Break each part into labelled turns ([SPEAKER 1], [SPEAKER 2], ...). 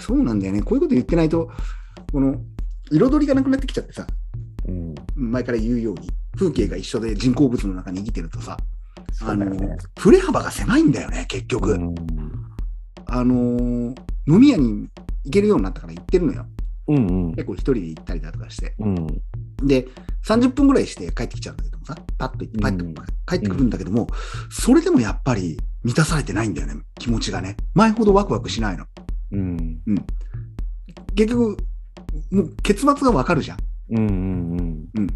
[SPEAKER 1] そうなんだよね。こういうこと言ってないと、この、彩りがなくなってきちゃってさ、
[SPEAKER 2] うん。
[SPEAKER 1] 前から言うように、風景が一緒で人工物の中に生きてるとさ、
[SPEAKER 2] そ
[SPEAKER 1] あ
[SPEAKER 2] うだよ
[SPEAKER 1] の
[SPEAKER 2] ね。、
[SPEAKER 1] 振れ幅が狭いんだよね、結局。
[SPEAKER 2] うん
[SPEAKER 1] あの、飲み屋に行けるようになったから行ってるのよ。
[SPEAKER 2] うん
[SPEAKER 1] 結構一人で行ったりだとかして。
[SPEAKER 2] うん。うん。
[SPEAKER 1] で、30分ぐらいして帰ってきちゃうんだけどもさ、パッと行って、パッと
[SPEAKER 2] うん
[SPEAKER 1] 帰ってくるんだけども、それでもやっぱり満たされてないんだよね、気持ちがね。前ほどワクワクしないの。
[SPEAKER 2] うん。
[SPEAKER 1] 結局、もう結末がわかるじゃん。
[SPEAKER 2] うんうんうん。
[SPEAKER 1] うん。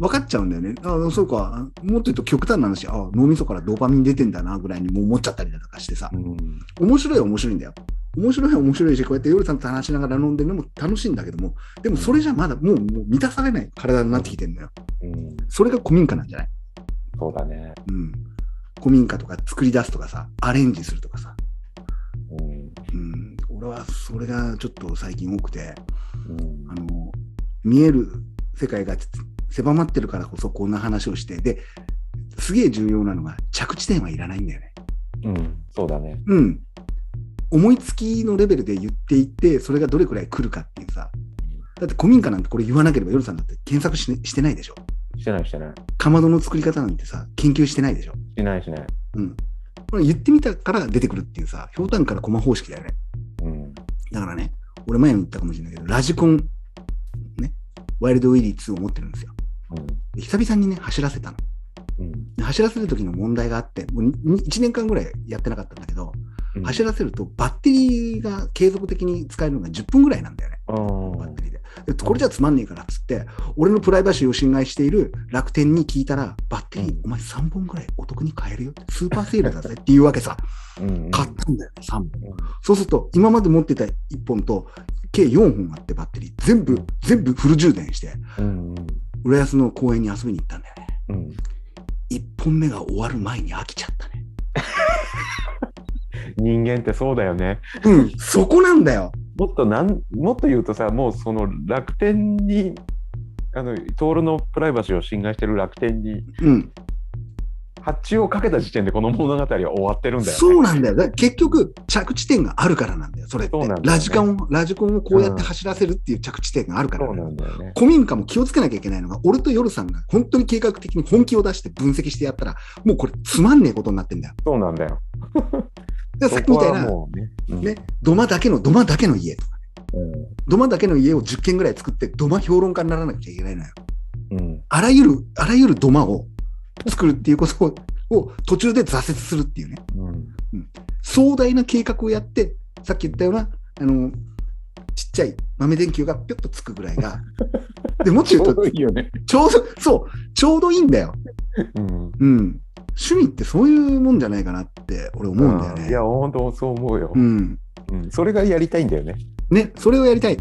[SPEAKER 1] 分かっちゃうんだよね。あそうか。もっと言うと極端な話、あ脳みそからドーパミン出てんだな、ぐらいにもう思っちゃったりだとかしてさ。
[SPEAKER 2] うん。
[SPEAKER 1] 面白いは面白いんだよ。面白いは面白いし、こうやって夜さんと話しながら飲んでるのも楽しいんだけども、でもそれじゃまだもうもう満たされない体になってきてんだよ。
[SPEAKER 2] うん。
[SPEAKER 1] それが古民家なんじゃない
[SPEAKER 2] そうだね。
[SPEAKER 1] うん。古民家とか作り出すとかさ、アレンジするとかさ。
[SPEAKER 2] うん。
[SPEAKER 1] うん。俺はそれがちょっと最近多くて、
[SPEAKER 2] うん
[SPEAKER 1] あの、見える世界が狭まってるからこそこんな話をして、で、すげえ重要なのが着地点はいらないんだよね。
[SPEAKER 2] うん。そうだね。
[SPEAKER 1] うん。思いつきのレベルで言っていって、それがどれくらい来るかっていうさ。だって古民家なんてこれ言わなければ夜さんだって検索し,、してないでしょ。
[SPEAKER 2] してないしてない。
[SPEAKER 1] かまどの作り方なんてさ、研究してないでしょ。
[SPEAKER 2] してないしない。
[SPEAKER 1] うん。これ言ってみたから出てくるっていうさ、ひょうたんからコマ方式だよね。
[SPEAKER 2] うん。
[SPEAKER 1] だからね、俺前も言ったかもしれないけど、ラジコン、ね、ワイルドウィリー2を持ってるんですよ。で久々にね、走らせたの。
[SPEAKER 2] うん。
[SPEAKER 1] で走らせる時の問題があって、もう1年間ぐらいやってなかったんだけど、
[SPEAKER 2] うん。
[SPEAKER 1] 走らせるとバッテリーが継続的に使えるのが10分ぐらいなんだよね、
[SPEAKER 2] うん。
[SPEAKER 1] バッテリーで。でこれじゃつまんねえからっつって、俺のプライバシーを侵害している楽天に聞いたら、バッテリー
[SPEAKER 2] うん
[SPEAKER 1] お前3本ぐらいお得に買えるよって、スーパーセールだぜっていうわけさ、
[SPEAKER 2] うん。
[SPEAKER 1] 買ったんだよね、3本。そうすると、今まで持ってた1本と、計4本あってバッテリー、全
[SPEAKER 2] う
[SPEAKER 1] 部
[SPEAKER 2] ん、
[SPEAKER 1] 全部フル充電して、
[SPEAKER 2] うん。うん。
[SPEAKER 1] 浦安の公園に遊びに行ったんだよね。
[SPEAKER 2] うん。
[SPEAKER 1] 1本目が終わる前に飽きちゃったね。
[SPEAKER 2] 人間ってそうだよね。
[SPEAKER 1] うん、そこなんだよ。
[SPEAKER 2] もっとなん、もっと言うとさ、もうその楽天に、あの、トールのプライバシーを侵害してる楽天に、
[SPEAKER 1] うん。
[SPEAKER 2] 発注をかけた時点でこの物語は終わってるんだよね。
[SPEAKER 1] そうなんだよ。だから結局、着地点があるからなんだよ、それって。
[SPEAKER 2] そうなんだよね
[SPEAKER 1] ラジカンを、ラジコンをこうやって走らせるっていう着地点があるから、
[SPEAKER 2] そうなんだよね。
[SPEAKER 1] 古民家も気をつけなきゃいけないのが、俺と夜さんが本当に計画的に本気を出して分析してやったら、もうこれつまんねえことになってんだよ。
[SPEAKER 2] そうなんだよ。
[SPEAKER 1] だからさっきみたいな、
[SPEAKER 2] もうね。うん
[SPEAKER 1] ね、土間だけの、土間だけの家とか、土間だけの家を10軒ぐらい作って、土間評論家にならなきゃいけないのよ。
[SPEAKER 2] うん。うん。
[SPEAKER 1] あらゆる、あらゆる土間を作るっていうことを、を途中で挫折するっていうね。
[SPEAKER 2] うん。
[SPEAKER 1] 壮大な計画をやって、さっき言ったような、あの、ちっちゃい豆電球がぴょっとつくぐらい が、でもっと言うと、
[SPEAKER 2] いいよね。
[SPEAKER 1] ちょうど、そう、ちょうどいいんだよ。
[SPEAKER 2] うん。
[SPEAKER 1] うん。趣味ってそういうもんじゃないかなって、俺思うんだよ
[SPEAKER 2] あ
[SPEAKER 1] ね。
[SPEAKER 2] ーいや、本当そう思うよ
[SPEAKER 1] う。ん。
[SPEAKER 2] うん。それがやりたいんだよね。
[SPEAKER 1] ね、それをやりたい。